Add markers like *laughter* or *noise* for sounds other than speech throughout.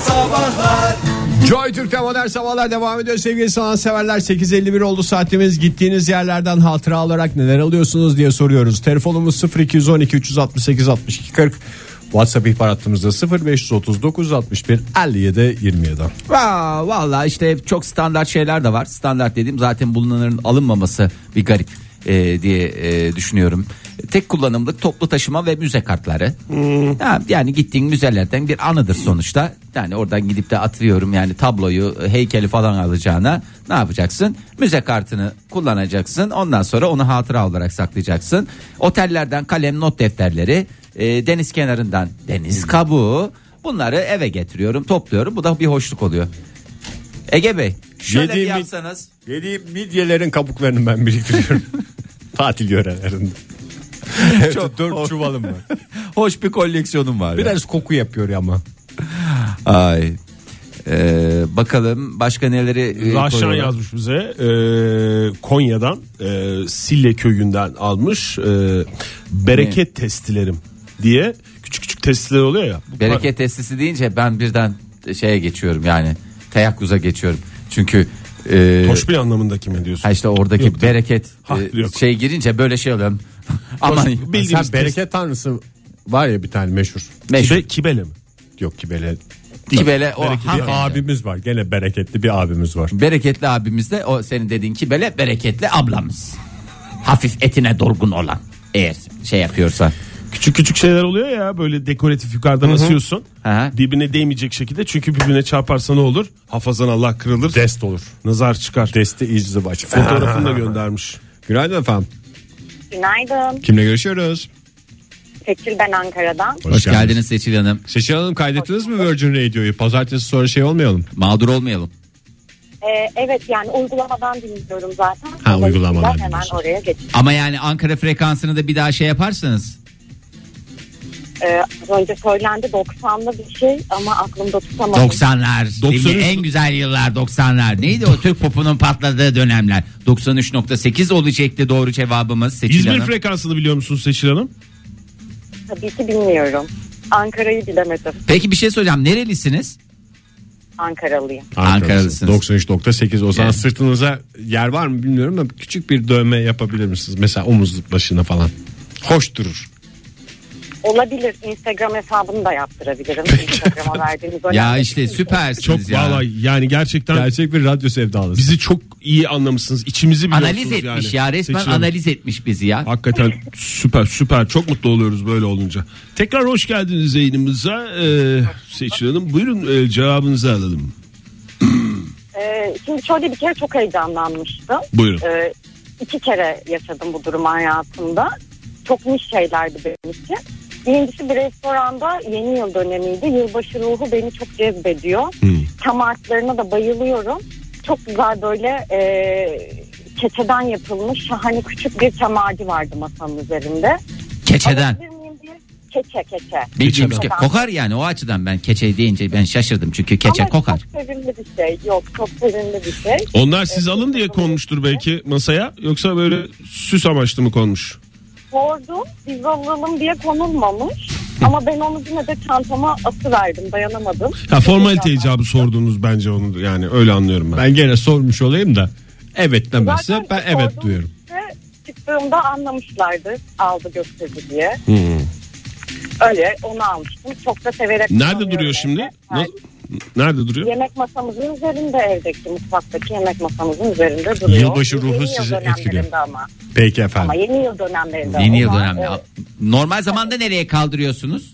Sabahlar Joy Türk'te modern sabahlar devam ediyor sevgili sanatseverler 8.51 oldu saatimiz gittiğiniz yerlerden hatıra olarak neler alıyorsunuz diye soruyoruz telefonumuz 0212 368 62 40 WhatsApp ihbar hattımızda 0539 61 57 27 Aa, Valla işte çok standart şeyler de var. Standart dediğim zaten bulunanların alınmaması bir garip e, diye e, düşünüyorum. Tek kullanımlık toplu taşıma ve müze kartları. Ha, yani gittiğin müzelerden bir anıdır sonuçta. Yani oradan gidip de atıyorum yani tabloyu, heykeli falan alacağına ne yapacaksın? Müze kartını kullanacaksın. Ondan sonra onu hatıra olarak saklayacaksın. Otellerden kalem not defterleri, e, deniz kenarından deniz kabuğu, Bunları eve getiriyorum, topluyorum. Bu da bir hoşluk oluyor. Ege Bey, şöyle Yediğim- bir yapsanız. *laughs* Yediğim midyelerin kabuklarını ben *laughs* biriktiriyorum tatil yörelerinde Evet, dört çuvalım var. Hoş bir koleksiyonum var. ya. Biraz koku yapıyor ama. Ay. Ee, bakalım başka neleri e, Rahşan koyuyorlar? Ee, yazmış bize e, Konya'dan e, Sille köyünden almış e, bereket testilerim diye küçük küçük testiler oluyor ya. Bu Bereket testisi deyince ben birden şeye geçiyorum yani teyakkuza geçiyorum. Çünkü e, par- Toşbil anlamındaki mi diyorsun? ha işte oradaki Yok, değil. bereket Ha, e, yok. şey girince böyle şey oluyorum. Aman Bildiğimiz Sen bereket tanrısı var ya bir tane meşhur. meşhur. Kibe, kibele mi? Yok ki böyle Ki böyle o Bereketli hanım- bir abimiz var. Gene bereketli bir abimiz var. Bereketli abimiz de o senin dediğin ki böyle bereketli ablamız. Hafif etine dolgun olan. Eğer şey yapıyorsan. Küçük küçük şeyler oluyor ya böyle dekoratif yukarıdan asıyorsun. Hı hı. Dibine değmeyecek şekilde çünkü birbirine çarparsa ne olur? Hafazan Allah kırılır. Dest olur. nazar çıkar. Desti izli baş. Fotoğrafını da göndermiş. Günaydın efendim. Günaydın. Kimle görüşüyoruz? Seçil ben Ankara'dan. Hoş, geldiniz. Seçil Hanım. Seçil Hanım kaydettiniz mi Virgin Radio'yu? Pazartesi sonra şey olmayalım. Mağdur olmayalım. Ee, evet yani uygulamadan dinliyorum zaten. Ha, uygulamadan Dolayısıyla Hemen dinliyorsun. oraya geçtim. Ama yani Ankara frekansını da bir daha şey yaparsanız. Ee, az önce söylendi 90'lı bir şey ama aklımda tutamadım. 90'lar. 93 Değil mi? En güzel yıllar 90'lar. Neydi o Türk popunun patladığı dönemler? 93.8 olacaktı doğru cevabımız Seçil İzmir Hanım. frekansını biliyor musunuz Seçil Hanım? Tabii ki bilmiyorum. Ankara'yı bilemedim. Peki bir şey soracağım. Nerelisiniz? Ankaralıyım. Ankaralısınız. 93.8 o zaman Yani. sırtınıza yer var mı bilmiyorum ama küçük bir dövme yapabilir misiniz? Mesela omuz başına falan. Hoş durur. Olabilir. Instagram hesabını da yaptırabilirim. Instagram'a verdiğiniz önemli Ya bir işte şey. süpersiniz Çok ya. valla yani gerçekten Gerçek bir radyo sevdalısı. bizi çok iyi anlamışsınız. İçimizi biliyorsunuz Analiz yani. etmiş ya resmen Seçil Hanım. analiz etmiş bizi ya. Hakikaten süper süper çok mutlu oluyoruz böyle olunca. Tekrar hoş geldiniz yayınımıza ee, Seçil Hanım. Buyurun e, cevabınızı alalım. Ee, şimdi şöyle bir kere çok heyecanlanmıştım. Buyurun. Ee, iki kere yaşadım bu durumu hayatımda. Çok niş şeylerdi benim için. Birincisi bir restoranda yeni yıl dönemiydi. Yılbaşı ruhu beni çok cezbediyor. Çam artlarına da bayılıyorum. Çok güzel böyle e, keçeden yapılmış şahane küçük bir çam ağacı vardı masanın üzerinde. Keçeden. Alabilir miyim diye Keçe keçe. Bildiğimiz ke- Keçeden. kokar yani o açıdan ben keçe deyince ben şaşırdım çünkü keçe Ama kokar. Çok sevimli bir şey. Yok çok sevimli bir şey. Onlar siz alın diye konmuştur belki masaya yoksa böyle süs amaçlı mı konmuş? sordum. Biz alalım diye konulmamış. Ama ben onu yine de çantama asıverdim. Dayanamadım. Ya formalite icabı sordunuz bence onu yani öyle anlıyorum ben. Ben gene sormuş olayım da evet demezse Zaten ben evet sordum diyorum. ve Çıktığımda anlamışlardı. Aldı götürdü diye. Öyle onu almıştım. Çok da severek. Nerede kullanıyorum duruyor şimdi? evde. Na- Nerede duruyor? Yemek masamızın üzerinde evdeki mutfaktaki yemek masamızın üzerinde duruyor. Yılbaşı ruhu Yeni yıl sizi dönemlerinde etkiliyor. Ama. Peki ama efendim. yeni yıl dönemlerinde. Yeni yıl olan, dönemde. e, Normal zamanda nereye kaldırıyorsunuz?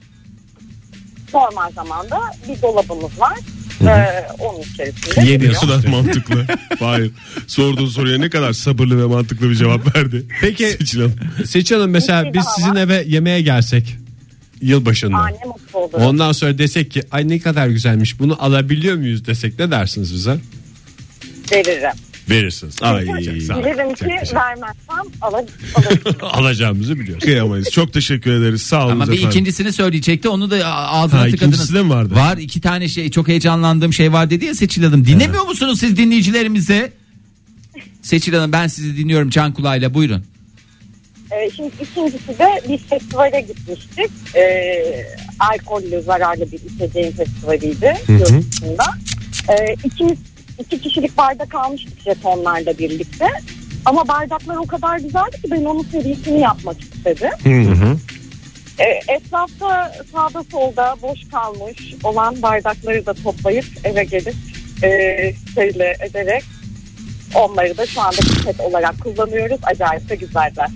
normal zamanda bir dolabımız var. Ee, onun içerisinde. Ne kadar *laughs* mantıklı. Hayır. Sorduğun soruya ne kadar sabırlı ve mantıklı bir cevap verdi. Peki. *laughs* Seçil Hanım. Seçil Hanım mesela Bir biz daha sizin eve yemeğe gelsek yılbaşında. Anne mutlu olur. Ondan sonra desek ki ay ne kadar güzelmiş bunu alabiliyor muyuz desek ne dersiniz bize? Veririm. Verirsiniz. Ay. Bilirim ki vermezsem alır, alırım. Alacağımızı biliyoruz. Kıyamayız. Çok teşekkür ederiz. Sağ olun Ama bir efendim. ikincisini söyleyecekti onu da a- ağzına Ha, tıkadınız. ikincisi de mi vardı? Var iki tane şey çok heyecanlandığım şey var dedi ya Seçil Hanım. Dinlemiyor musunuz siz dinleyicilerimizi? Seçil Hanım ben sizi dinliyorum can kulağıyla buyurun. E, Ee, şimdi ikincisi de bir festivale gitmiştik. Ee, alkollü zararlı bir içeceğin festivaliydi yurt dışında. Ee, ikimiz iki kişilik bardak almıştık jetonlarla birlikte. Ama bardaklar o kadar güzeldi ki ben onun serisini yapmak istedim. Ee, etrafta sağda solda boş kalmış olan bardakları da toplayıp eve gelip e, şeyle ederek onları da şu anda pipet olarak kullanıyoruz. Acayip de güzeller.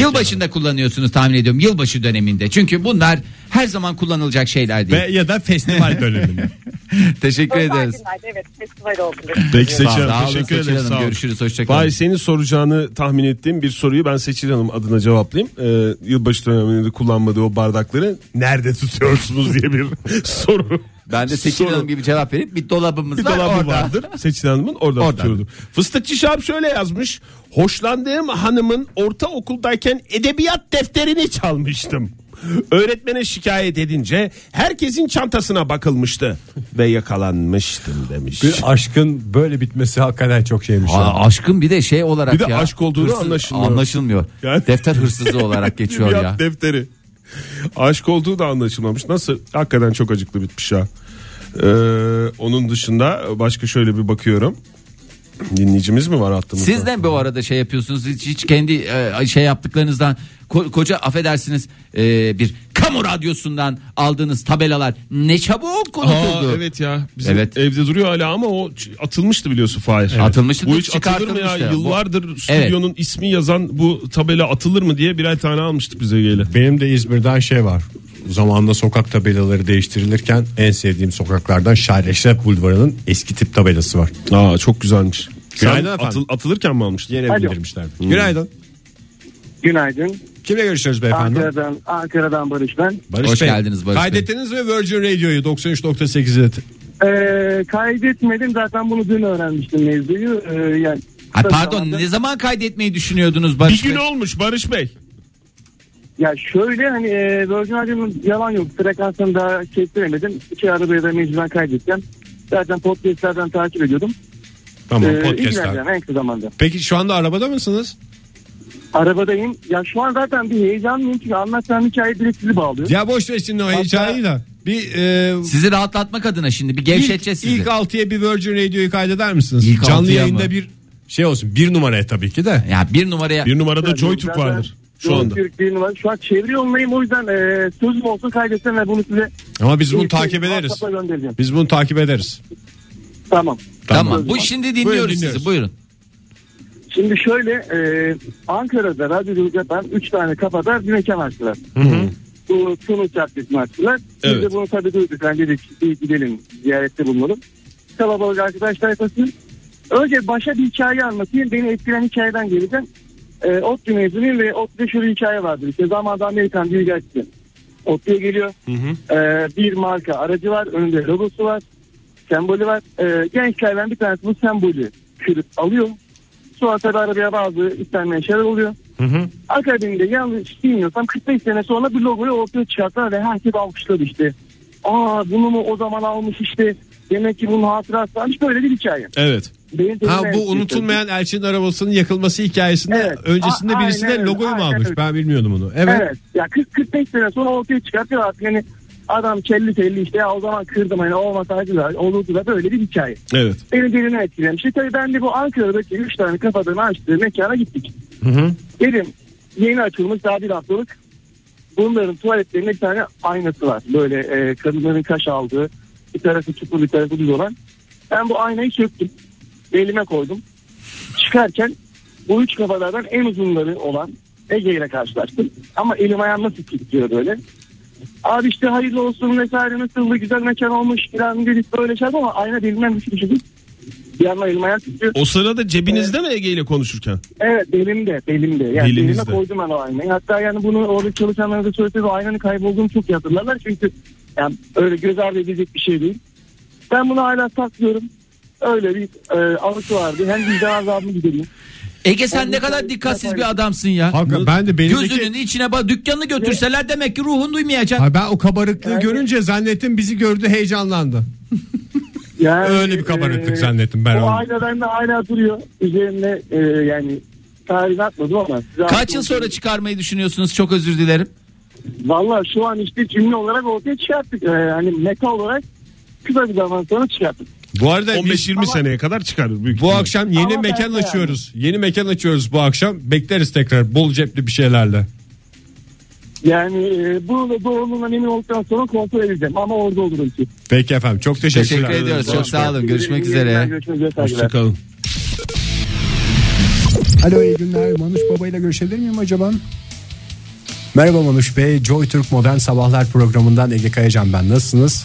Yılbaşında kullanıyorsunuz tahmin ediyorum. Yılbaşı döneminde. Çünkü bunlar her zaman kullanılacak şeyler değil. Ve ya da *laughs* festival döneminde. *laughs* Teşekkür Özel ederiz. günlerde evet festival olduğunu Peki Seçil Sağ Hanım olun teşekkür Seçil ederim. Hanım. Sağ olun. Görüşürüz. Hoşçakalın. Fahir senin soracağını tahmin ettiğim bir soruyu ben Seçil Hanım adına cevaplayayım. Ee, yılbaşı döneminde kullanmadığı o bardakları nerede tutuyorsunuz diye bir *laughs* soru. Ben de Seçil Soru. Hanım gibi cevap verip bir dolabımız Bir var dolabı orada. vardır. Seçil Hanım'ın orada tutuyordur. Fıstıkçı Şahap şöyle yazmış. Hoşlandığım hanımın ortaokuldayken edebiyat defterini çalmıştım. Öğretmene şikayet edince herkesin çantasına bakılmıştı ve yakalanmıştım demiş. Bir aşkın böyle bitmesi hakikaten çok şeymiş. ya. Aa, aşkın bir de şey olarak Bir de ya, aşk olduğunu anlaşılmıyor. anlaşılmıyor. Yani- Defter hırsızı *laughs* olarak geçiyor Edebiyat ya. defteri. Aşk olduğu da anlaşılmamış. Nasıl? Hakikaten çok acıklı bitmiş ha. Ee, onun dışında başka şöyle bir bakıyorum. Dinleyicimiz mi var attığımızda? Siz de bu arada şey yapıyorsunuz hiç, hiç kendi e, şey yaptıklarınızdan ko- koca affedersiniz e, bir kamu radyosundan aldığınız tabelalar ne çabuk Aa, unutuldu. evet ya. Bizim e, Evet. evde duruyor hala ama o ç- atılmıştı biliyorsun Fahir. Atılmıştı, Bu hiç atılır mı çıkartılmıştı. ya? Bu- Yıllardır stüdyonun ismi yazan bu tabela atılır mı diye birer tane almıştık bize gele. Benim de İzmir'den şey var. Zamanında sokak tabelaları değiştirilirken en sevdiğim sokaklardan Şair Eşref Bulvarı'nın eski tip tabelası var. Aa çok güzelmiş. Sen Günaydın efendim. atıl- atılırken mi almıştın? Yere Alo. bildirmişlerdi. Günaydın. Günaydın. Kimle görüşüyoruz beyefendi? Ankara'dan Ankara'dan Barış ben. Barış Hoş geldiniz Barış Bey. Kaydettiniz mi Virgin Radio'yu 93.8'i? Ee, kaydetmedim zaten bunu dün öğrenmiştim mevzuyu. Ee, yani Ay, kısa pardon zamanda- ne zaman kaydetmeyi düşünüyordunuz Barış Bir gün Bey? olmuş Barış Bey. Ya şöyle hani e, Virgin Radio'nun yalan yok frekansını daha kestiremedim. İki arabaya da mecburen kaydettim. Zaten podcastlerden takip ediyordum. Tamam Ee, podcast'lar. ilgileneceğim en kısa zamanda. Peki şu anda arabada mısınız? Arabadayım. Ya şu an zaten bir heyecanlıyım çünkü anlatsam hikaye direkt sizi bağlıyor. Ya boş ver şimdi o heyecanı da. Bir e, Sizi rahatlatmak adına şimdi bir ilk, gevşeteceğiz sizi. ilk altıya bir Virgin Radio'yu kaydeder misiniz? İlk Canlı altıya yayında mı? bir şey olsun. Bir numaraya tabii ki de. Ya bir numaraya Bir numarada Yani Joytürk zaten vardır şu Joy anda. Türk bir numara. Şu an çeviri yolundayım o yüzden e, sözüm olsun kaydetsem ve bunu size Ama biz bunu İlk- takip ederiz. WhatsApp'a göndereceğim. Biz bunu takip ederiz. Tamam. tamam. Tamam. Bu şimdi dinliyoruz Buyurun, sizi. dinliyoruz. Buyurun. Şimdi şöyle e, Ankara'da radyoculuk yapan 3 tane kafadar bir mekan açtılar. Bu Tunus Caddesi'ni açtılar. Biz Evet. de bunu tabii duyduk. Ben dedik bir gidelim ziyarette bulunalım. Kalabalık arkadaş tayfası. Önce başa bir hikaye anlatayım. Beni etkilen hikayeden geleceğim. E, ODTÜ mezunuyum ve ODTÜ'de şöyle bir hikaye vardır. İşte zamanında Amerikan bir gazetesi. ODTÜ'ye geliyor. E, bir marka aracı var. Önünde logosu var. Sembolü var. E, gençlerden bir tanesi bu sembolü kırıp alıyor. Sonra tabii arabaya bazı istenmeyen şeyler oluyor. Akademide yanlış bilmiyorsam 45 sene sonra bir logoyu ortaya çıkarttılar ve herkes alkışladı işte. Aa bunu mu o zaman almış işte. Demek ki bunun hatırası varmış. Böyle bir hikaye. Evet. Benim Ha tecrübem- bu unutulmayan elçinin arabasının yakılması hikayesinde Evet. öncesinde A- birisi de aynen öyle. logoyu mu Aynen almış? öyle. Ben bilmiyordum onu. Evet. Evet. Ya 40 45 sene sonra ortaya çıkartıyor artık yani adam kelli telli işte ya o zaman kırdım hani olmasaydı da olurdu da böyle bir hikaye. Evet. Beni derine etkilemişti. E, Tabii ben de bu Ankara'daki 3 tane kafadan açtığı mekana gittik. Dedim yeni açılmış daha bir haftalık. Bunların tuvaletlerinde bir tane aynası var. Böyle e, kadınların kaş aldığı bir tarafı çukur bir tarafı düz olan. Ben bu aynayı söktüm. Belime koydum. Çıkarken bu üç kafalardan en uzunları olan Ege ile karşılaştım. Ama elim ayağım nasıl titriyor böyle. Abi işte hayırlı olsun vesaire nasıldı güzel mekan olmuş falan dedik böyle şey ama ayna belimden düşmüş. Bir yandan elim ayağım titriyor. O sırada cebinizde mi Ege ile konuşurken? Evet belimde belimde. Yani Belinizde. belime koydum ben o aynayı. Hatta yani bunu orada çalışanlara da söyleseydi o aynanın kaybolduğunu çok iyi hatırlarlar. Çünkü yani öyle göz ardı edecek bir şey değil. Ben bunu hala saklıyorum. Öyle bir e, alıcı vardı. Hem vicdan azabını gideriyor. Ege sen ne Ondan kadar sonra- dikkatsiz bir adamsın ya. Hakikaten ben de benimdeki Gözünün içine bak dükkanını götürseler demek ki ruhun duymayacak. Ay ben o kabarıklığı görünce zannettim bizi gördü heyecanlandı. Yani, e, Öyle bir kabarıklık zannettim ben O onu. aynadan da hala duruyor. Üzerinde e, yani tarih atmadım ama. size Kaç yıl atmadım. sonra çıkarmayı düşünüyorsunuz? Çok özür dilerim. Valla şu an işte cümle olarak ortaya çıkarttık. Ee, hani meta olarak kısa bir zaman sonra çıkarttık. Bu arada biz 15-20 seneye kadar çıkarır büyük bu ihtimal. akşam yeni Ama mekan bence yani. açıyoruz. Yeni mekan açıyoruz bu akşam. Bekleriz tekrar bol cepli bir şeylerle. Yani e, bu doğruluğundan emin olduktan sonra kontrol edeceğim. Ama orada olurum ki. Peki efendim çok teşekkürler. Teşekkür ediyoruz. Çok sağ olun. Görüşmek İyi günler, üzere. Görüşmek üzere. saygılar. Hoşçakalın. Alo iyi günler. Manuş Baba ile görüşebilir miyim acaba? Merhaba Manuş Bey. Joy Türk Modern Sabahlar programından Ege Kayacan ben. Nasılsınız?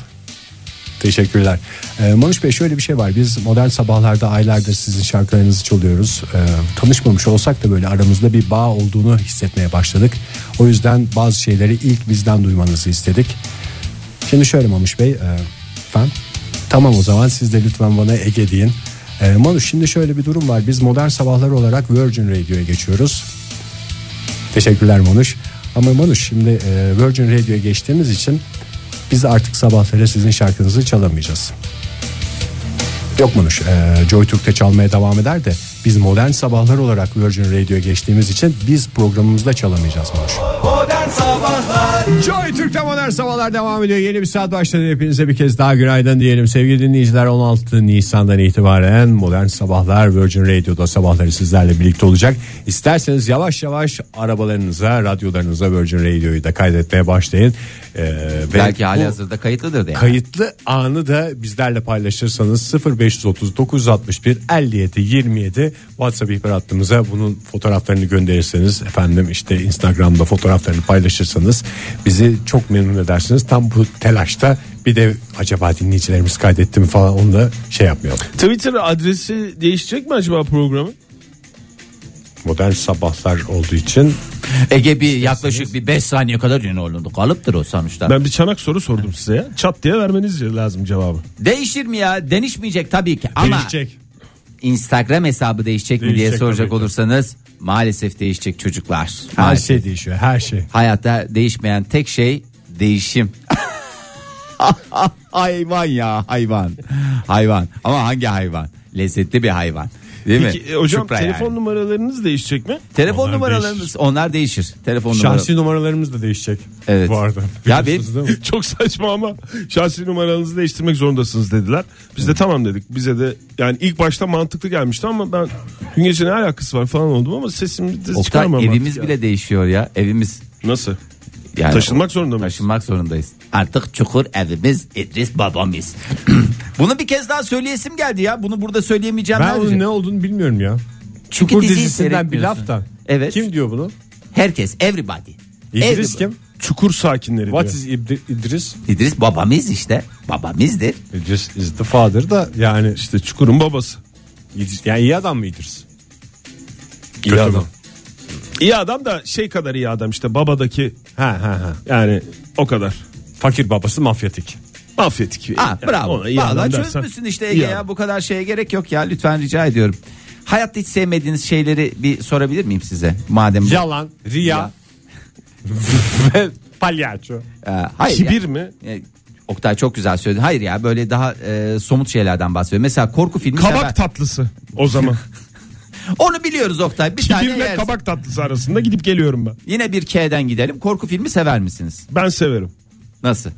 Teşekkürler. Ee, Manuş Bey şöyle bir şey var. Biz modern sabahlarda aylardır sizin şarkılarınızı çalıyoruz. Ee, tanışmamış olsak da böyle aramızda bir bağ olduğunu hissetmeye başladık. O yüzden bazı şeyleri ilk bizden duymanızı istedik. Şimdi şöyle Manuş Bey. e, efendim? Tamam o zaman siz de lütfen bana Ege deyin. E, Manuş şimdi şöyle bir durum var. Biz modern sabahlar olarak Virgin Radio'ya geçiyoruz. Teşekkürler Manuş. Ama Manuş şimdi e, Virgin Radio'ya geçtiğimiz için biz artık sabahları sizin şarkınızı çalamayacağız. Yok Manuş, e, Joy Türk'te çalmaya devam eder de biz modern sabahlar olarak Virgin Radio'ya geçtiğimiz için biz programımızda çalamayacağız Manuş. Joy Türk'te modern sabahlar devam ediyor. Yeni bir saat başladı. Hepinize bir kez daha günaydın diyelim. Sevgili dinleyiciler 16 Nisan'dan itibaren modern sabahlar Virgin Radio'da sabahları sizlerle birlikte olacak. İsterseniz yavaş yavaş arabalarınıza, radyolarınıza Virgin Radio'yu da kaydetmeye başlayın. Ee, ve Belki bu- hali hazırda kayıtlıdır de. Kayıtlı anı da bizlerle paylaşırsanız 0530 961 57 27 WhatsApp ihbar hattımıza bunun fotoğraflarını gönderirseniz efendim işte Instagram'da fotoğraflarını paylaşırsanız bizi çok memnun edersiniz. Tam bu telaşta bir de acaba dinleyicilerimiz kaydetti mi falan onu da şey yapmayalım. Twitter adresi değişecek mi acaba programın? Modern sabahlar olduğu için Ege bir yaklaşık bir 5 saniye kadar yine olundu. Kalıptır o sonuçta. Ben bir çanak soru sordum size ya. Çat diye vermeniz lazım cevabı. Değişir mi ya? Değişmeyecek tabii ki. Ama değişecek. Instagram hesabı değişecek, mi diye Değişecek soracak tabii ki. olursanız maalesef değişecek çocuklar. Her Maalesef. şey değişiyor her şey. Hayatta değişmeyen tek şey değişim. *laughs* hayvan ya hayvan. Hayvan. Ama hangi hayvan? Lezzetli bir hayvan. Değil mi? Peki, e, hocam Supra telefon yani. numaralarınız değişecek mi? Telefon Onlar numaralarımız değişir. onlar değişir. Telefon numaraları. Şahsi numaralarımız da değişecek. Evet. Bu arada. Ya Biliyorsunuz değil mi? *laughs* Çok saçma ama şahsi numaranızı değiştirmek zorundasınız dediler. Biz de tamam dedik. Bize de yani ilk başta mantıklı gelmişti ama ben gün gece ne alakası var falan oldum ama sesimi de Oktay çıkarmam. artık evimiz ya. bile değişiyor ya. Evimiz Nasıl? yani Taşınmak zorunda mıyız? Taşınmak zorundayız. Artık çukur evimiz İdris babamız. *clears throat* Bunu bir kez daha söyleyesim geldi ya. Bunu burada söyleyemeyeceğim. Ben neredeyse. onun ne olduğunu bilmiyorum ya. Çünkü Çukur diziyi dizisinden bir seyretmiyorsun. laf da. Evet. Kim diyor bunu? Herkes everybody. İdris Everybody. kim? Çukur sakinleri What diyor. is İd- İdris? İdris babamız işte. E, Babamızdır. İdris is the father da yani İşte Çukur'un babası. İdris- yani iyi adam mı İdris? İyi adam. İyi adam da şey kadar iyi adam işte babadaki Ha ha ha. yani o kadar. Fakir babası mafyatik. Mafyatik. Ah Yani bravo. ona iyi Vallahi adam dersen çözmüşsün işte iyi Ege adam. ya. Bu kadar şeye gerek yok ya. Lütfen rica ediyorum. Hayatta hiç sevmediğiniz şeyleri bir sorabilir miyim size? Madem bu- Yalan, riya Ya. ve palyaço. Ee, hayır ya. Kibir mi? Ee, Oktay çok güzel söyledin. Hayır ya böyle daha e, somut şeylerden bahsediyorum. Mesela korku filmi sever- Kabak tatlısı o zaman. Onu biliyoruz Oktay. Bir tane Kibirle yersin. kabak tatlısı arasında gidip geliyorum ben. Yine bir K'den gidelim. Korku filmi sever misiniz? Ben severim. Nasıl?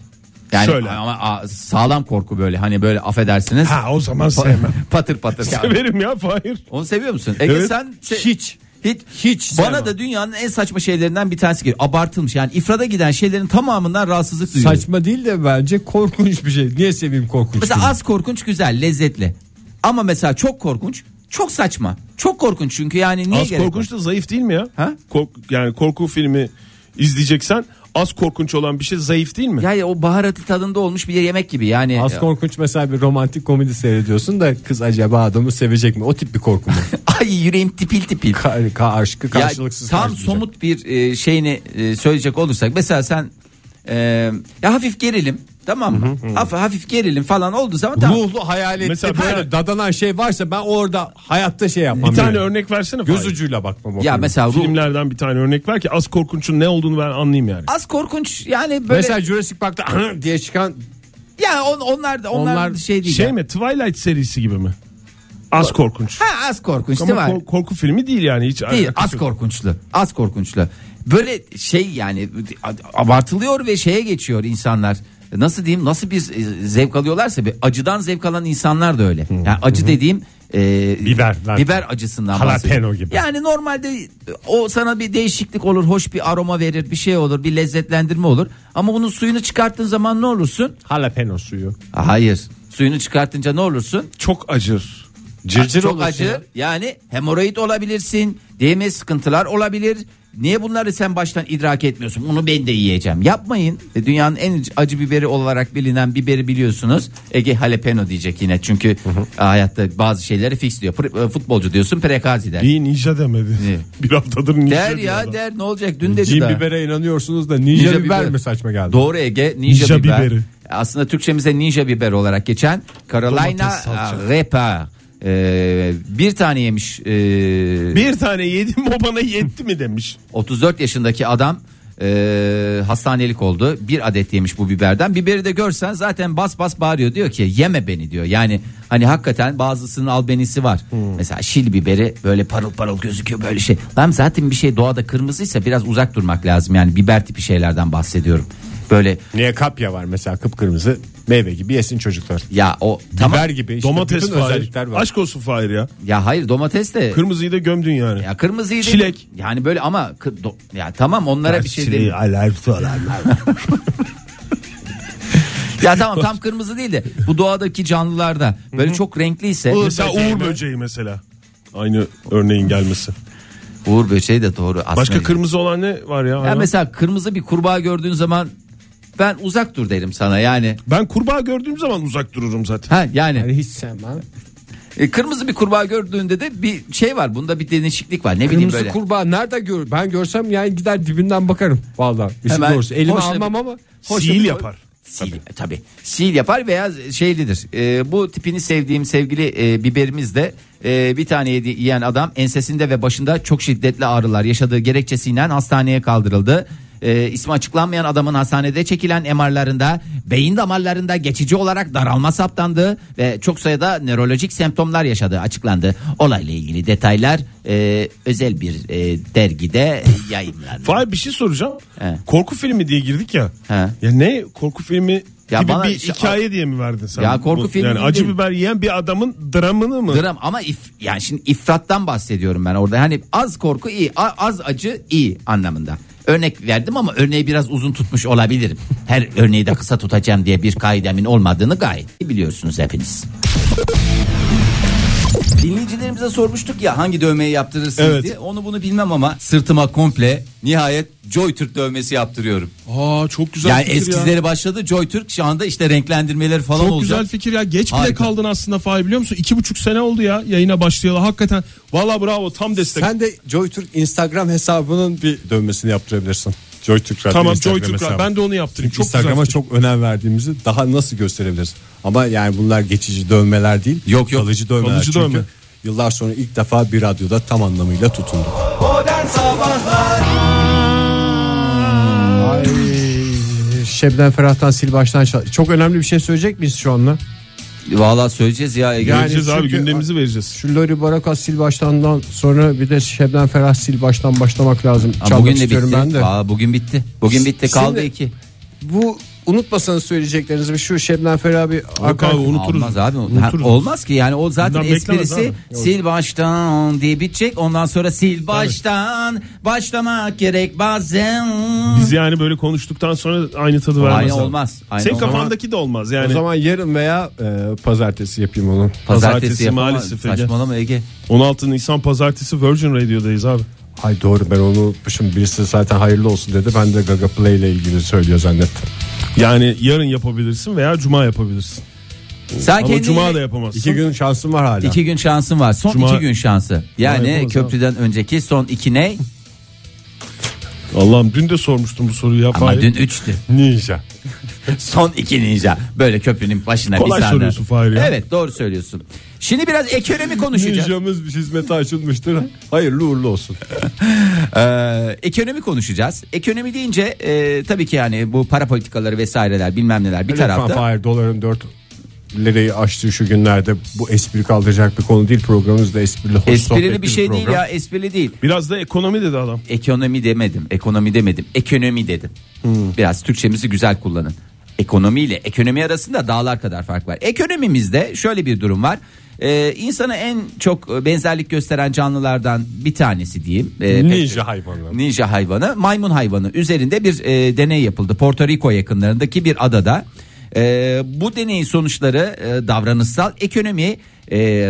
Yani Şöyle. ama a- sağlam korku böyle hani böyle affedersiniz. Ha o zaman sevmem. *laughs* patır patır. *laughs* Severim ya Fahir. Onu seviyor musun? Ege Evet. sen se- Hiç. hiç Hiç Bana sevmem. da dünyanın en saçma şeylerinden bir tanesi geliyor. Abartılmış. Yani ifrada giden şeylerin tamamından rahatsızlık duyuyorum. Saçma şey. değil de bence korkunç bir şey. Niye seveyim korkunç? Mesela filmi? az korkunç güzel, lezzetli. Ama mesela çok korkunç, çok saçma. Çok korkunç çünkü yani niye az gerek var? korkunç da zayıf değil mi ya? Ha? Kork- yani korku filmi izleyeceksen az korkunç olan bir şey zayıf değil mi? Ya, ya o baharatı tadında olmuş bir yemek gibi yani. Az korkunç mesela bir romantik komedi seyrediyorsun da kız acaba adamı sevecek mi? O tip bir korku *laughs* mu? *laughs* Ay yüreğim tipil tipil. Ka- ka- aşkı Ya karşılıksız. tam karşılayacak. somut bir e, şeyini e, söyleyecek olursak mesela sen e, ya hafif gerilim tamam mı? Haf- hafif gerilim falan olduğu zaman tamam. Ruhlu hayaletti Mesela böyle ben- dadanan şey varsa ben orada hayatta şey yapmam. Bir tane yani. örnek versene Fahir. Göz ucuyla bakmam. o ya filme. mesela ruh, Filmlerden bir tane örnek ver ki az korkunçun ne olduğunu ben anlayayım yani. az korkunç yani böyle Mesela Jurassic Park'ta *laughs* diye çıkan ya on, onlar da onlar, Onlar da şey değil. Şey ya. mi Twilight serisi gibi mi? Az korkunç. Ha, az korkunç Ama değil mi? kor- korku filmi değil yani hiç. Değil, alakası az yok. korkunçlu. Az korkunçlu. Böyle şey yani abartılıyor ve şeye geçiyor insanlar. Nasıl diyeyim? Nasıl bir e, zevk alıyorlarsa bir acıdan zevk alan insanlar da öyle. Yani acı dediğim e, Biber, lan. biber acısından Jalapeno bahsediyorum. gibi. Yani normalde o sana bir değişiklik olur, hoş bir aroma verir, bir şey olur, bir lezzetlendirme olur. Ama bunun suyunu çıkarttığın zaman ne olursun? Jalapeno suyu. Hayır. Suyunu çıkartınca ne olursun? Çok acır. Cırcır çok olursun acı. ya. Yani hemoroid olabilirsin. DM sıkıntılar olabilir. Niye bunları sen baştan idrak etmiyorsun? Bunu ben de yiyeceğim. Yapmayın. E, Dünyanın en acı biberi olarak bilinen biberi biliyorsunuz. Ege Jalapeno diyecek yine. Çünkü hayatta bazı şeyleri fix diyor. Pre- e, futbolcu diyorsun prekazi der. İyi ninja demedi. İyi. *laughs* Bir haftadır ninja Der diyor ya adam. der ne olacak? Dün dedi Cin daha. bibere inanıyorsunuz da ninja, Ninja biber, biber. mi saçma geldi? Doğru Ege ninja, Ninja biber. biberi. Aslında Türkçemize ninja biber olarak geçen Carolina Domates, salça. Reaper. Ee, bir tane yemiş ee, Bir tane yedim o bana yetti mi demiş. 34 yaşındaki adam ee, hastanelik oldu. Bir adet yemiş bu biberden. Biberi de görsen zaten bas bas bağırıyor. Diyor ki yeme beni diyor. Yani hani hakikaten bazısının albenisi var. Mesela şil biberi böyle parıl parıl gözüküyor böyle şey. Lan zaten bir şey doğada kırmızıysa biraz uzak durmak lazım. Yani biber tipi şeylerden bahsediyorum. Böyle Niye kapya var mesela kıpkırmızı meyve gibi yesin çocuklar. ya o tamam. Biber gibi işte Domates bütün Fahir. özellikler var. Aşk olsun Fahir ya. Ya hayır domates de Kırmızıyı da gömdün yani. ya kırmızıydı. Çilek. Yani böyle ama kı- do- ya tamam onlara bir şey değil. alerjisi olan. Ya tamam tam kırmızı değil de bu doğadaki canlılarda böyle şey çok renkliyse Mesela Uğur böceği mesela. Aynı örneğin gelmesi. Uğur böceği de doğru aslında. Başka kırmızı olan ne var ya? ya hayvan? mesela kırmızı bir kurbağa gördüğün zaman ben uzak dur derim sana yani. Ben kurbağa gördüğüm zaman uzak dururum zaten. Ha yani hiç sevmem. E, kırmızı bir kurbağa gördüğünde de bir şey var. Bunda bir değişiklik var. Ne bileyim Kırmızı böyle. kurbağa nerede gör? Ben görsem yani gider dibinden bakarım. Vallahi işin Hemen doğrusu. Elimi hoşuna- almam ama. Sihir yapar. Sil, e, tabii. Sil yapar veya şeylidir. Ee, bu tipini sevdiğim sevgili e, biberimiz de e, bir tane yedi, yiyen adam ensesinde ve başında çok şiddetli ağrılar yaşadığı gerekçesiyle hastaneye kaldırıldı. Ee, ismi açıklanmayan adamın hastanede çekilen MR'larında beyin damarlarında geçici olarak daralma saptandı ve çok sayıda nörolojik semptomlar yaşadığı açıklandı. Olayla ilgili detaylar e, özel bir e, dergide yayınlandı. Fahir bir şey soracağım. He. Korku filmi diye girdik ya. He. Ya ne korku filmi Ya gibi bana bir işte- hikaye diye mi verdin sen? Ya korku Bu- filmi Yani değil. acı biber yiyen bir adamın dramını mı? Dram ama if, yani şimdi ifrattan bahsediyorum ben orada. Hani az korku iyi, a- az acı iyi anlamında. Örnek verdim ama örneği biraz uzun tutmuş olabilirim. Her örneği de kısa tutacağım diye bir kaidemin olmadığını gayet iyi biliyorsunuz hepiniz. Dinleyicilerimize sormuştuk ya hangi dövmeyi yaptırırsınız Evet. diye. Onu bunu bilmem ama sırtıma komple nihayet Joy Türk dövmesi yaptırıyorum. Aa çok güzel yani fikir eskizleri başladı Joy Türk şu anda işte renklendirmeleri falan Çok olacak. güzel fikir ya. Geç bile Harika. kaldın aslında Fahri biliyor musun? İki buçuk sene oldu ya yayına başlayalı. Hakikaten valla bravo tam destek. Sen de JoyTürk Instagram hesabının bir dövmesini yaptırabilirsin. JoyTürk Radyo tamam Instagram Joy Türk hesabı. ben de onu yaptırayım. Çok Instagram'a güzel. çok önem verdiğimizi daha nasıl gösterebiliriz? Ama yani bunlar geçici dövmeler değil. Yok, yok. Kalıcı dövmeler. Kalıcı Çünkü dövme. yıllar sonra ilk defa bir radyoda tam anlamıyla tutundu. Ay, Şebnem Ferah'tan sil baştan çal. Çok önemli bir şey söyleyecek miyiz şu anda? Vallahi söyleyeceğiz ya Ege. Yani Vereceğiz abi çünkü- gündemimizi vereceğiz. Şu Lori Baraka sil baştandan sonra bir de Şebnem Ferah sil baştan başlamak lazım. Aa, Çalmak bugün de istiyorum bitti. ben de. Aa, bugün bitti. Bugün bitti. Kaldı Şimdi- iki. Bu unutmasanız söyleyecekleriniz bir şu Şebnem Ferah bir Yok abi unuturuz. Olmaz abi. Unuturuz. Ha, olmaz ki yani o zaten Bundan beklemez esprisi sil baştan diye bitecek. Ondan sonra sil baştan başlamak gerek bazen. Biz yani böyle konuştuktan sonra aynı tadı vermez. Aynı abi. olmaz. Aynı Senin olmaz. kafandaki de olmaz yani. O zaman yarın veya e, pazartesi yapayım onu. pazartesi Pazartesi yapamaz. maalesef Ege. Saçmalama Ege. 16 Nisan pazartesi Virgin Radio'dayız abi. Ay doğru ben onu unutmuşum. Birisi zaten hayırlı olsun dedi. Ben de Gaga Play ile ilgili söylüyor zannettim. Yani yarın yapabilirsin veya cuma yapabilirsin. Sen Ama kendine- cuma da yapamazsın. İki gün şansım var hala. İki gün şansın var. Son Cuma- iki gün şansı. Yani yapamaz köprüden önceki son iki *laughs* ne? Allah'ım dün de sormuştum bu soruyu ya. Ama Fahir. dün üçtü. Ninja. Son iki ninja. Böyle köprünün başına bir Kolay tane. soruyorsun Fahir ya. Evet doğru söylüyorsun. Şimdi biraz ekonomi konuşacağız. Ninjamız bir hizmete açılmıştır. *laughs* Hayırlı uğurlu olsun. Ee, ekonomi konuşacağız. Ekonomi deyince e, tabii ki yani bu para politikaları vesaireler bilmem neler bir Lütfen tarafta. Fahir doların 4 esprileri açtığı şu günlerde bu espri kaldıracak bir konu değil programımızda esprili hoş sohbetli Esprili bir şey değil program. ya esprili değil. Biraz da ekonomi dedi adam. Ekonomi demedim. Ekonomi demedim. Ekonomi dedim. Biraz Türkçemizi güzel kullanın. Ekonomi ile ekonomi arasında dağlar kadar fark var. Ekonomimizde şöyle bir durum var. Ee, insana en çok benzerlik gösteren canlılardan bir tanesi diyeyim. Ee, pek- Ninja hayvanları. Ninja hayvanı, maymun hayvanı üzerinde bir e, deney yapıldı. Porto Rico yakınlarındaki bir adada. E, bu deneyin sonuçları e, davranışsal ekonomi, e,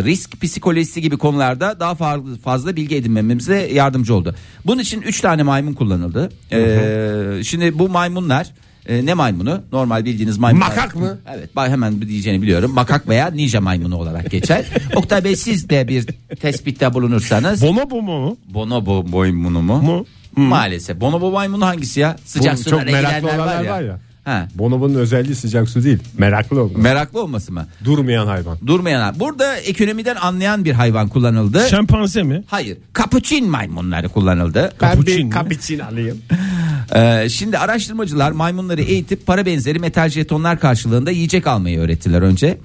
risk psikolojisi gibi konularda daha fazla, fazla bilgi edinmemize yardımcı oldu. Bunun için 3 tane maymun kullanıldı. E, şimdi bu maymunlar e, ne maymunu? Normal bildiğiniz maymun. Makak mı? Evet ben hemen bu diyeceğini biliyorum. Makak veya ninja maymunu olarak *laughs* geçer. Oktay Bey siz de bir tespitte bulunursanız. Bonobo mu? Bonobo maymunu mu? Mu? Maalesef. Bonobo maymunu hangisi ya? Sıcak Bunun sulara çok meraklı girenler olanlar var ya. var ya. Ha. Bonobonun özelliği sıcak su değil. Meraklı olmak. Meraklı olması mı? Durmayan hayvan. Durmayan. Burada ekonomiden anlayan bir hayvan kullanıldı. Şempanze mi? Hayır. Kapuçin maymunları kullanıldı. Ben Kapuçin bir mi? kapiçin alayım. Ee, şimdi araştırmacılar maymunları eğitip para benzeri metal jetonlar karşılığında yiyecek almayı öğrettiler önce.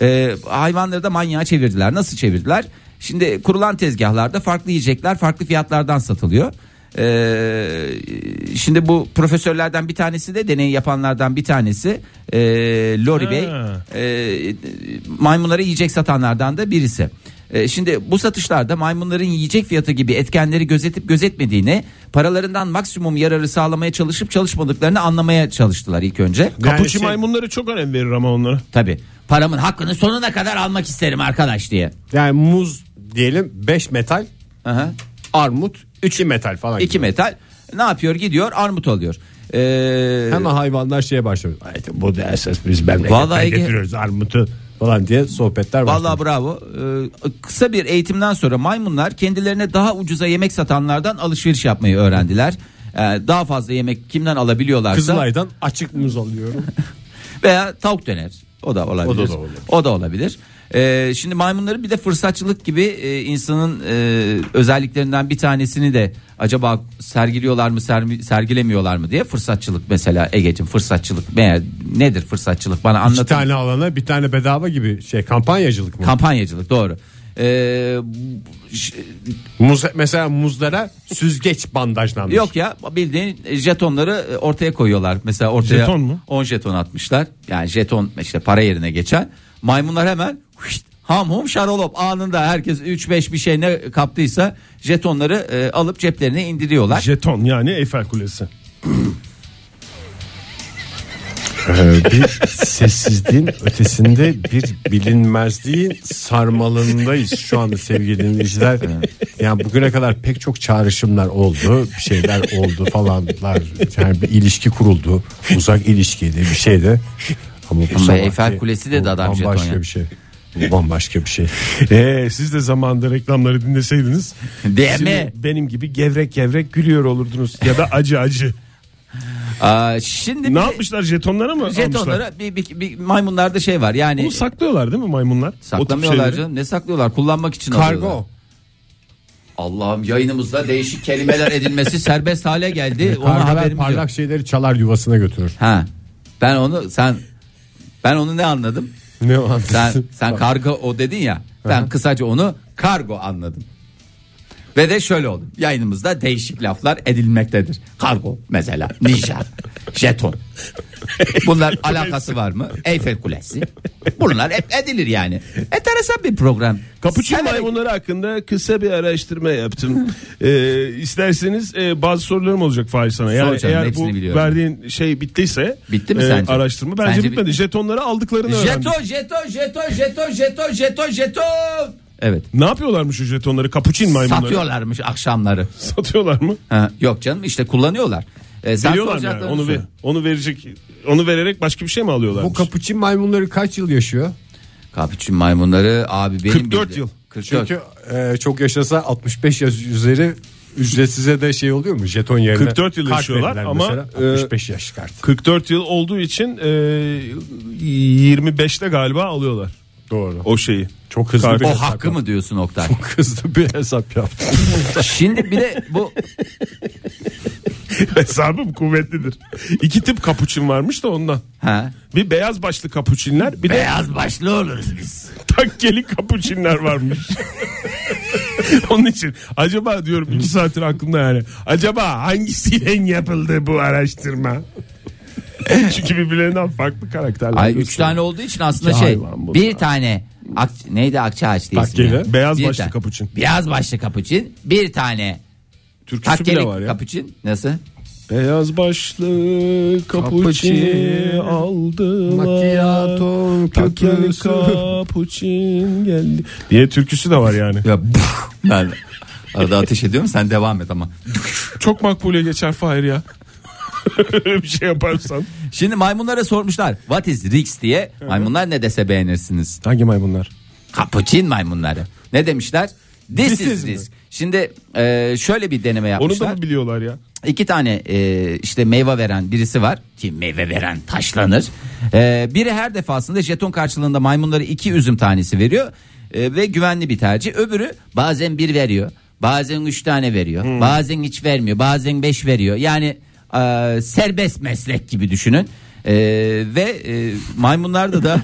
Ee, hayvanları da manyağa çevirdiler. Nasıl çevirdiler? Şimdi kurulan tezgahlarda farklı yiyecekler farklı fiyatlardan satılıyor. Ee, şimdi bu profesörlerden bir tanesi de deney yapanlardan bir tanesi e, Lori Bey e, maymunlara yiyecek satanlardan da birisi. E, Şimdi bu satışlarda maymunların yiyecek fiyatı gibi etkenleri gözetip gözetmediğini, paralarından maksimum yararı sağlamaya çalışıp çalışmadıklarını anlamaya çalıştılar ilk önce. Kapuçi şey- maymunları çok önem verir ama onlara. Tabii paramın hakkını sonuna kadar almak isterim arkadaş diye. Yani muz diyelim 5 metal, Aha. armut 2 metal falan. İki metal ne yapıyor gidiyor armut alıyor. Ee, Hemen hayvanlar şeye başlıyor. Haydi bu da esas biz memlekete Vallahi Ege- getiriyoruz armutu falan diye sohbetler Vallahi başlıyor. bravo. Ee, kısa bir eğitimden sonra maymunlar kendilerine daha ucuza yemek satanlardan alışveriş yapmayı öğrendiler. Ee, daha fazla yemek kimden alabiliyorlarsa Kızılay'dan açık muz alıyorum. veya tavuk döner. O da olabilir. O da- o da olabilir. O da olabilir. Ee, şimdi maymunların bir de fırsatçılık gibi e, insanın e, özelliklerinden bir tanesini de acaba sergiliyorlar mı sermi- sergilemiyorlar mı diye fırsatçılık mesela Ege'cim fırsatçılık meğer nedir fırsatçılık bana İki anlatın. tane alana bir tane bedava gibi şey kampanyacılık mı? Kampanyacılık doğru. Ee, ş- Muz, mesela muzlara süzgeç bandajlanmış. Yok ya bildiğin jetonları e, ortaya koyuyorlar. Mesela ortaya Jeton mu? 10 jeton atmışlar. Yani jeton işte para yerine geçen. Maymunlar hemen huşt, ham hum şarolop anında herkes 3-5 bir şey ne kaptıysa jetonları e, alıp ceplerine indiriyorlar. Jeton yani Eyfel Kulesi. Ee, bir sessizliğin ötesinde bir bilinmezliğin sarmalındayız şu anda sevgili dinleyiciler. Yani bugüne kadar pek çok çağrışımlar oldu, bir şeyler oldu falanlar. Yani bir ilişki kuruldu, uzak ilişkiydi bir şeydi. Ama bu Ama sabahki- Eiffel Kulesi de bu dadam jeton Bambaşka ya. bir şey. Bu bambaşka bir şey. Ee, siz de zamanında reklamları dinleseydiniz. Değil şimdi *laughs* mi? Benim gibi gevrek gevrek gülüyor olurdunuz. Ya da acı acı. Aa, şimdi *laughs* ne bir de yapmışlar jetonlara mı almışlar? jetonlara bir, bir, bir maymunlarda şey var yani. Bunu saklıyorlar değil mi maymunlar? O tip Saklamıyorlar şeyleri. canım. Ne saklıyorlar? Kullanmak için alıyorlar. Kargo. Allah'ım yayınımızda değişik kelimeler edilmesi serbest *laughs* hale geldi. Ona Kargolar haberimiz yok. parlak şeyleri çalar yuvasına götürür. Ha. Ben onu sen ben onu ne anladım? Ne o *laughs* an- *laughs* Sen sen kargo o dedin ya. Ben kısaca onu kargo anladım. Ve de şöyle oldu. Yayınımızda değişik laflar edilmektedir. Kargo mesela, ninja, *laughs* jeton. Bunlar alakası var mı? Eyfel Kulesi. Bunlar hep edilir yani. Enteresan bir program. Kapuçin Severek- maymunları hakkında kısa bir *laughs* araştırma yaptım. ee, isterseniz e, bazı sorularım olacak Fahri sana. Yani canım, eğer bu hepsini biliyorum. verdiğin şey bittiyse Bitti mi sence? araştırma bence, Bence bitmedi. bit- Jetonları aldıklarını öğrendim. Jeton, jeton, jeton, jeton, jeton, jeton, jeton. Evet. Ne yapıyorlarmış şu jetonları? Kapuçin maymunları. *laughs* Satıyorlarmış akşamları. Satıyorlar mı? Ha, yok canım işte kullanıyorlar. Ee, sen Biliyorlar mı yani? soracaklarını Onu, sor. ver- onu verecek onu vererek başka bir şey mi alıyorlar? Bu kapuçin maymunları kaç yıl yaşıyor? Kapuçin maymunları abi benim 44 bildi- yıl. 44. Çünkü e, çok yaşasa 65 yaş üzeri ücretsize de şey oluyor mu? Jeton yerine 44 yıl kart yaşıyorlar verirler ama, e, mesela. 65 yaş kart. 44 yıl olduğu için e, 25'te galiba alıyorlar Doğru. o şeyi. çok hızlı Kart- bir O o hesap. hakkı mı diyorsun Oktay? *laughs* *laughs* Hızlı bir hesap yaptı. Şimdi bir de bu Hesabım kuvvetlidir. İki tip kapuçin varmış da ondan. Ha. Bir beyaz başlı kapuçinler bir de Beyaz başlı oluruz biz. *laughs* takkeli kapuçinler varmış. *laughs* Onun için acaba diyorum iki saattir aklımda yani. Acaba hangisiyle yapıldı bu araştırma? *laughs* Çünkü birbirlerinden farklı karakterler. Ay üç gösteriyor. tane olduğu için aslında İki şey hayvan bunlar. bir tane Ak- neydi Akçaağaç diye ismi Takkeli, ya. beyaz Bir başlı tane- kapuçin. Beyaz başlı kapuçin bir tane Türküsü bile var takkeli ya. kapuçin nasıl? Beyaz başlı kapuçin Kapuçin, aldılar. macchiato, Takkeli köpüğüsü. kapuçin geldi. Diye türküsü de var yani. Ya *laughs* ben arada ateş ediyorum sen devam et ama. Çok makbule geçer Fahir ya. *laughs* Öyle bir şey yaparsan. Şimdi maymunlara sormuşlar what is Rix diye maymunlar ne dese beğenirsiniz. Hangi maymunlar? Kapuçin maymunları. Ne demişler? This, is Rix. Şimdi e, şöyle bir deneme Onu da yapmışlar. mı biliyorlar ya? İki tane e, işte meyve veren birisi var ki meyve veren taşlanır. E, biri her defasında jeton karşılığında maymunlara iki üzüm tanesi veriyor E, ve güvenli bir tercih. Öbürü bazen bir veriyor, bazen üç tane veriyor, Hmm. bazen hiç vermiyor, bazen beş veriyor. Yani e, serbest meslek gibi düşünün. E, ve e, maymunlarda da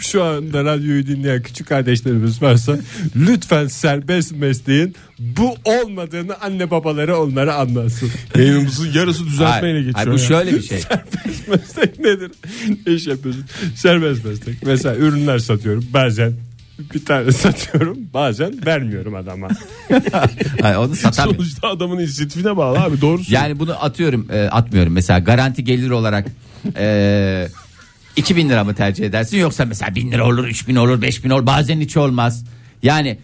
Şu anda radyoyu dinleyen küçük kardeşlerimiz *laughs* varsa lütfen serbest mesleğin bu olmadığını anne babaları onlara anlatsın. Yayınımızın yarısı *laughs* düzeltmeyle Ay, ay, geçiyor. bu ya. şöyle bir şey. *laughs* serbest meslek nedir? Ne iş yapıyorsun? Serbest meslek. Mesela ürünler satıyorum bazen bir tane satıyorum bazen vermiyorum adama. Ay, onu satamıyor. Sonuçta adamın inisiyatifine bağlı *laughs* abi doğru söylüyorsun. Yani bunu atıyorum e, atmıyorum mesela garanti gelir olarak e, 2000 lira mı tercih edersin yoksa mesela 1000 lira olur 3000 olur 5000 olur bazen hiç olmaz. Yani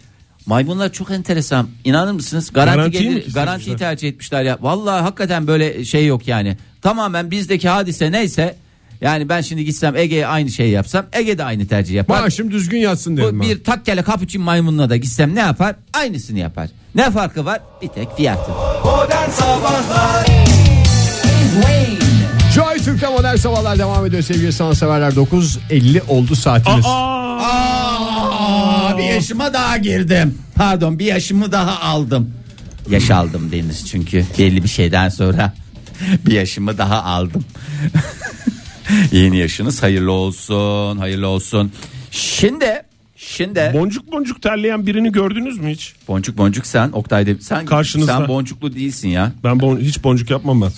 maymunlar çok enteresan inanır mısınız garanti Garantiyi mi gelir istemişler? garantiyi tercih etmişler ya vallahi hakikaten böyle şey yok yani tamamen bizdeki hadise neyse yani ben şimdi gitsem Ege'ye aynı şey yapsam Ege de aynı tercih yapar. Maaşım düzgün yatsın derim. Bu bir takkele kapuçin maymununa da gitsem ne yapar? Aynısını yapar. Ne farkı var? Bir tek fiyatı. Joy Türk'te modern sabahlar devam ediyor sevgili sanatseverler. 9.50 oldu saatimiz. Aa, bir yaşıma daha girdim. Pardon bir yaşımı daha aldım. Yaş aldım Deniz çünkü belli bir şeyden sonra *laughs* bir yaşımı daha aldım. *laughs* Yeni yaşınız hayırlı olsun, hayırlı olsun. Şimdi, şimdi Boncuk boncuk terleyen birini gördünüz mü hiç? boncuk boncuk sen Oktay de, sen Karşınızda. sen boncuklu değilsin ya. Ben bon- hiç boncuk yapmam ben.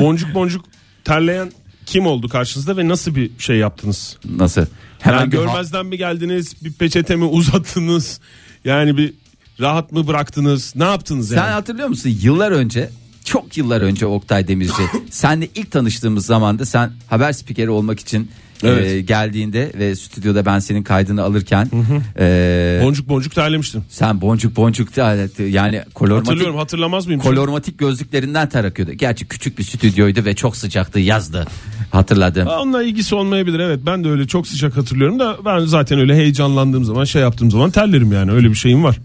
boncuk boncuk terleyen kim oldu karşınızda ve nasıl bir şey yaptınız? Nasıl? Yani bir ha- görmezden mi geldiniz? Bir peçete mi uzattınız? Yani bir rahat mı bıraktınız? Ne yaptınız Sen yani? hatırlıyor musun yıllar önce çok yıllar önce Oktay *laughs* Demirci senle ilk tanıştığımız zamanda sen haber spikeri olmak için Evet. e, geldiğinde ve stüdyoda ben senin kaydını alırken e, Boncuk boncuk terlemiştim. sen boncuk boncuk da- yani kolormatik, Hatırlıyorum hatırlamaz mıyım? kolormatik gözlüklerinden ter akıyordu. Gerçi küçük bir stüdyoydu ve çok sıcaktı yazdı hatırladım. Ha, Onunla ilgisi olmayabilir evet ben de öyle çok sıcak hatırlıyorum da ben zaten öyle heyecanlandığım zaman şey yaptığım zaman terlerim yani öyle bir şeyim var.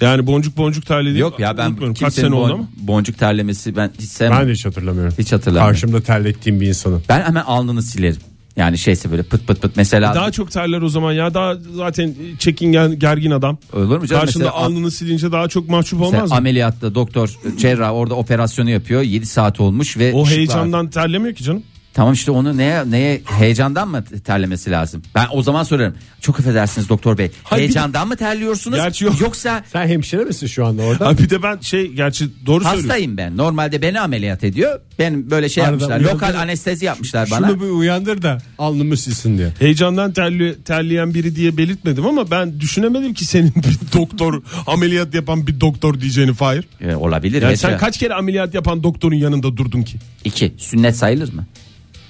Yani boncuk boncuk terlediğim Yok ya ben unutmuyorum. kaç kimsenin sene oldu bon- ama. boncuk terlemesi ben hiç sevmem. Ben de hiç hatırlamıyorum. hiç hatırlamıyorum. Karşımda terlettiğim bir insanım. Ben hemen alnını silerim. Yani şeyse böyle pıt pıt pıt mesela Daha çok terler o zaman ya daha zaten çekingen gergin adam. Olur mu canım? Karşında Mesela- alnını silince daha çok mahcup Mesela olmaz mı? ameliyatta doktor cerrah orada operasyonu yapıyor. 7 saat olmuş ve O ışıklar- heyecandan terlemiyor ki canım. Tamam işte onu neye neye heyecandan mı terlemesi lazım? Ben o zaman sorarım. Çok affedersiniz doktor bey. heyecandan mı terliyorsunuz? Gerçi yok. Yoksa Sen hemşire misin şu anda orada? Ha bir de ben şey gerçi doğru söylüyorum. hastayım ben. Normalde beni ameliyat ediyor. Ben böyle şey Arada yapmışlar. uyandı- Lokal anestezi yapmışlar bana. Şunu bir uyandır da alnımı silsin diye. Heyecandan terli, terleyen biri diye belirtmedim ama ben düşünemedim ki senin bir *laughs* doktor ameliyat yapan bir doktor diyeceğini Fahir. Ee, olabilir. Yani Yani sen kaç kere ameliyat yapan doktorun yanında durdun ki? İki. Sünnet sayılır mı?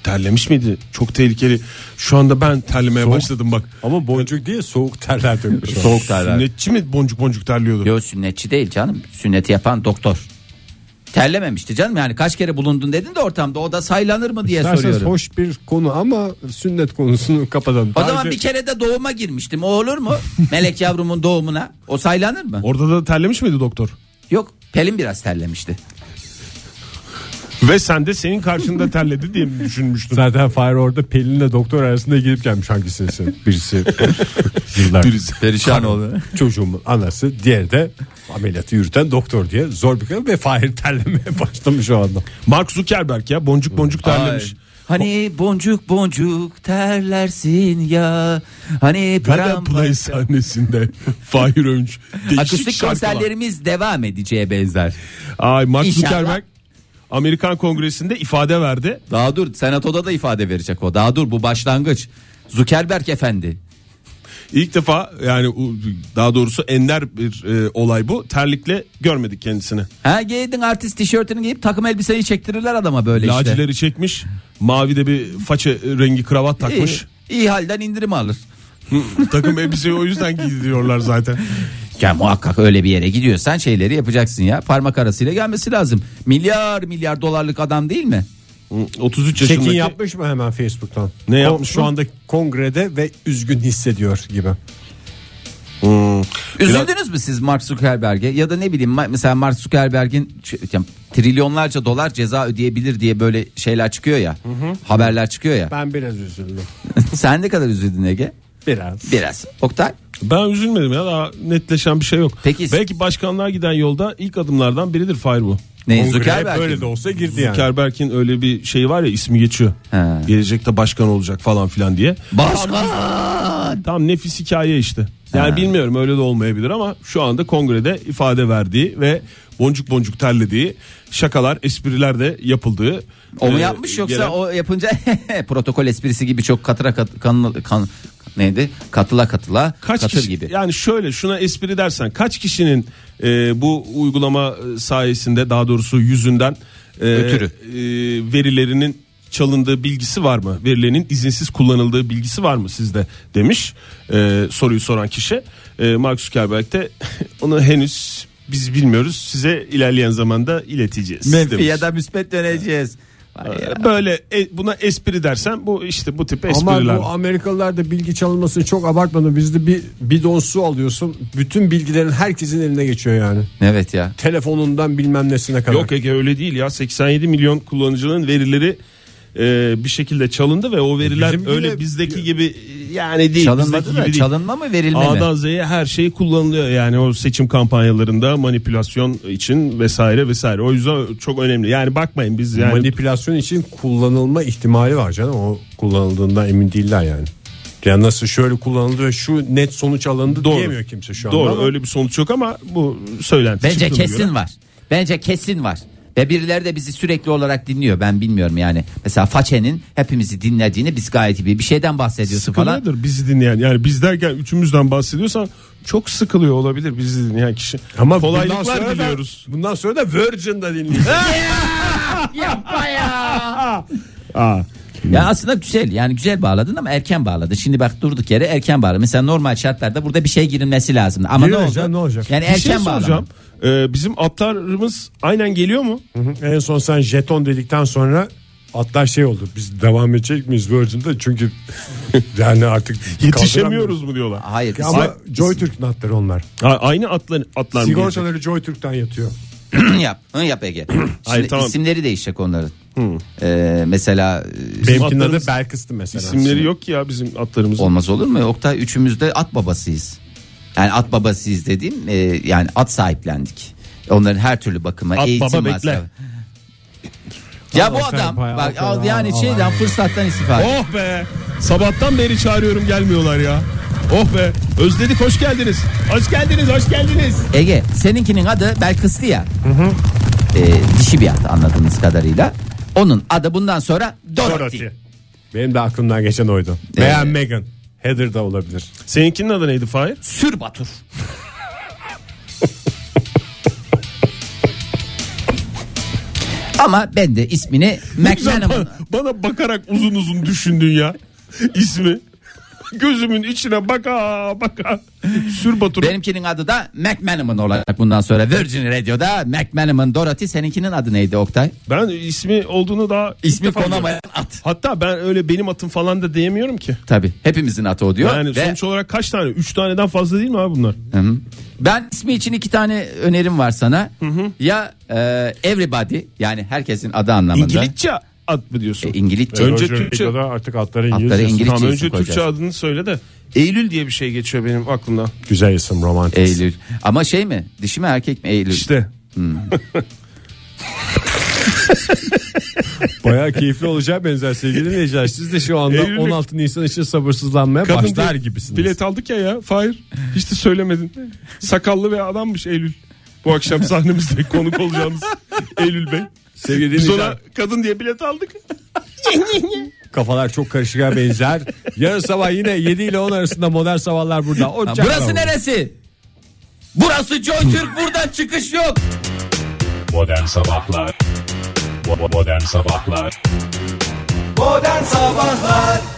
Terlemiş miydi? Çok tehlikeli. Şu anda ben terlemeye başladım bak. Ama boncuk diye soğuk terler dökmüş. o. Soğuk terler. Sünnetçi mi boncuk boncuk terliyordu? Yok sünnetçi değil canım. Sünneti yapan doktor. Terlememişti canım yani kaç kere bulundun dedin de ortamda o da saylanır mı diye İsterseniz soruyorum. hoş bir konu ama sünnet *laughs* konusunu kapatalım. O Daha zaman önce- bir kere de doğuma girmiştim. O olur mu? Melek yavrumun doğumuna. O saylanır mı? Orada da terlemiş miydi doktor? Yok. Pelin biraz terlemişti. Ve sen de senin karşında terledi diye mi düşünmüştün? Zaten Fahir orada Pelin'le doktor arasında girip gelmiş hangisini sen? *laughs* *laughs* Birisi yıllar Perişan oldu. çocuğumun anası diğeri de ameliyatı yürüten doktor diye zor bir kadın ve Fahir terlemeye *laughs* başlamış o anda. Mark Zuckerberg ya boncuk boncuk terlemiş. Hani boncuk boncuk terlersin ya. Hani Param Play paramparça. sahnesinde *laughs* Fahir Önç değişik Akustik şarkılar. konserlerimiz devam edeceğe benzer. Ay Mark İnşallah. Zuckerberg Amerikan Kongresi'nde ifade verdi. Daha dur senatoda da ifade verecek o. Daha dur bu başlangıç. Zuckerberg efendi. İlk defa yani u- daha doğrusu ender bir e, olay bu. Terlikle görmedik kendisini. Ha giydin artist tişörtünü giyip takım elbiseyi çektirirler adama böyle işte. Lacileri çekmiş. Mavi de bir faça rengi kravat takmış. İyi, iyi halden indirim alır. Takım elbiseyi o yüzden *laughs* giydi diyorlar zaten. Ya muhakkak öyle bir yere gidiyorsan şeyleri yapacaksın ya. Parmak arasıyla gelmesi lazım. Milyar milyar dolarlık adam değil mi? 33 Çekin Hmm, yaşındaki yapmış mı hemen Facebook'tan? Ne Kon- yapmış Şu mı? anda kongrede ve üzgün hissediyor gibi. Hmm. Üzüldünüz mü siz Mark Zuckerberg'e ya da ne bileyim ma- mesela Mark Zuckerberg'in ç- yani trilyonlarca dolar ceza ödeyebilir diye böyle şeyler çıkıyor ya. Haberler çıkıyor ya. Ben biraz üzüldüm. *laughs* Sen ne kadar üzüldün Ege? Biraz. Biraz. Oktay Ben üzülmedim ya daha netleşen bir şey yok. Peki- Belki başkanlığa giden yolda ilk adımlardan biridir Fahir bu. ne Kongreye Zuckerberg? böyle de olsa girdi yani. Zuckerberg'in öyle bir şeyi var ya ismi geçiyor. He. Gelecekte başkan olacak falan filan diye. Başkan. Tam nefis hikaye işte. Yani bilmiyorum öyle de olmayabilir ama şu anda kongrede ifade verdiği ve boncuk boncuk terlediği şakalar, espriler de yapıldığı. O mu e, yapmış yoksa gelen- o yapınca *laughs* protokol esprisi gibi çok katıra kat, kan, kan- neydi? Katıla katıla kaç katır kişi, gibi. Yani şöyle şuna espri dersen kaç kişinin e, bu uygulama e, sayesinde daha doğrusu yüzünden e, Ötürü. e, verilerinin çalındığı bilgisi var mı? Verilerinin izinsiz kullanıldığı bilgisi var mı sizde demiş e, soruyu soran kişi. E, Mark Zuckerberg de *laughs* onu henüz biz bilmiyoruz size ilerleyen zamanda ileteceğiz. Menfi demiş. ya da müspet döneceğiz. Vay ya. E, Böyle e, buna espri dersen bu işte bu tip Ama espriler. bu Amerikalılar da bilgi çalınmasını çok abartmadı. Bizde bir bidon su alıyorsun. Bütün bilgilerin herkesin eline geçiyor yani. Evet ya. Telefonundan bilmem nesine kadar. Yok Ege öyle değil ya 87 milyon kullanıcının verileri e, bir şekilde çalındı ve o veriler Bizim öyle yine- bizdeki gibi e, yani şey değil. bizdeki Çalınmadı gibi da değil. çalınma mı verilme mi? A'dan Z'ye her şey kullanılıyor yani o seçim kampanyalarında manipülasyon için vesaire vesaire. O yüzden çok önemli. Yani bakmayın biz yani Manipülasyon için kullanılma ihtimali var canım. O kullanıldığından emin değiller yani. Ya nasıl şöyle kullanıldı ve şu net sonuç alındı Doğru. diyemiyor kimse şu anda. doğru ama öyle bir sonuç yok ama bu söylenti. Bence çıktığına kesin göre. var. Bence kesin var. Ve birileri de bizi sürekli olarak dinliyor. Ben bilmiyorum yani. Mesela Façe'nin hepimizi dinlediğini biz gayet iyi bir şeyden bahsediyorsun falan. Sıkılıyordur bizi dinleyen yani biz derken üçümüzden bahsediyorsan çok sıkılıyor olabilir bizi dinleyen kişi. Ama bundan kolaylıklar sonra diliyoruz. Da, bundan sonra da Virgin'da dinleyeceğiz. Hmm. Ya aslında güzel yani güzel bağladın ama erken bağladın. Şimdi bak durduk yere erken bağladın. Mesela normal şartlarda burada bir şey girilmesi lazım. Ama ne Girilmeyecek, oldu? ne olacak? Yani Bir şey erken bağladım. soracağım. Ee, bizim atlarımız aynen geliyor mu? en son sen jeton dedikten sonra atlar şey oldu. Biz devam edecek miyiz Virgin'de? Çünkü *laughs* yani artık Yetişemiyoruz mu diyorlar? Hayır. kaldıramıyoruz. Ama Joytürk'ün atları onlar. Ha, aynı atlar atlar mı gelecek? Sigortaları Joytürk'ten yatıyor. isim- yap. *clears throat* Hı yap Ege. Şimdi Hayır, tamam. isimleri değişecek onların. Ee, mesela e, Benimkinin adı atlarımız- Belkıs'tı mesela. İsimleri yok ki ya bizim atlarımızın. olmaz olur mu? Oktay üçümüz de at babasıyız. Yani at babasıyız dediğim e, yani at sahiplendik. Onların her türlü bakıma At eğitim baba bekle. masrafı. Ya bu adam bak al- yani şeyden fırsattan istifade. Oh be! Sabahtan beri çağırıyorum gelmiyorlar ya. Oh be! Özledik hoş geldiniz. Hoş geldiniz, hoş geldiniz. Ege seninkinin adı Belkıs'tı ya. Ee, dişi bir at anladığımız kadarıyla. Onun adı bundan sonra Dorothy. Dorothy. Benim de aklımdan geçen oydu. Veya Megan. Heather da olabilir. Seninkinin adı neydi Fahir? Sür Batur. Ama ben de ismini Güzel, McManaman bana, bana bakarak uzun uzun düşündün ya. İsmi. Gözümün içine baka baka. Sür Batur. Benimkinin adı da McManaman olacak bundan sonra. Virgin Radio'da McManaman Dorothy. Seninkinin adı neydi Oktay? Ben ismi olduğunu daha ilk İsmi defa konamayan diyorum. at. Hatta ben öyle benim atım falan da diyemiyorum ki. Tabii hepimizin atı o diyor. Yani Ve sonuç olarak kaç tane? Üç taneden fazla değil mi abi bunlar? Hı hı. Ben ismi için iki tane önerim var sana. Ya e, Everybody yani herkesin adı anlamında. İngilizce at mı diyorsun? E, İngilizce. Önce Virgin Türkçe- Radio'da artık atları İngilizce. Atları İngilizce Tamam isim önce koyacağız. Türkçe adını söyle de. Eylül diye bir şey geçiyor benim aklımdan. Güzel isim romantik. Eylül. Ama şey mi? Dişi mi erkek mi Eylül? İşte Bayağı keyifli olacağı benzer sevgili dinleyiciler. Siz de şu anda *laughs* Eylül'de- 16 Nisan için sabırsızlanmaya Kadın başlar bil- gibisiniz. Bilet aldık ya ya. Fahir hiç de söylemedin. Sakallı ve adammış Eylül. Bu *laughs* akşam sahnemizde konuk olacağımız Eylül Bey. Sevgili Biz dinleyiciler ona kadın diye bilet aldık. kafalar çok karışığa benzer. Yarın sabah yine 7 ile 10 arasında modern sabahlar burada. Ha, Ocak Burası neresi? Burası Joy Türk buradan çıkış yok. Modern Sabahlar Bo- bo- Modern Sabahlar Modern Sabahlar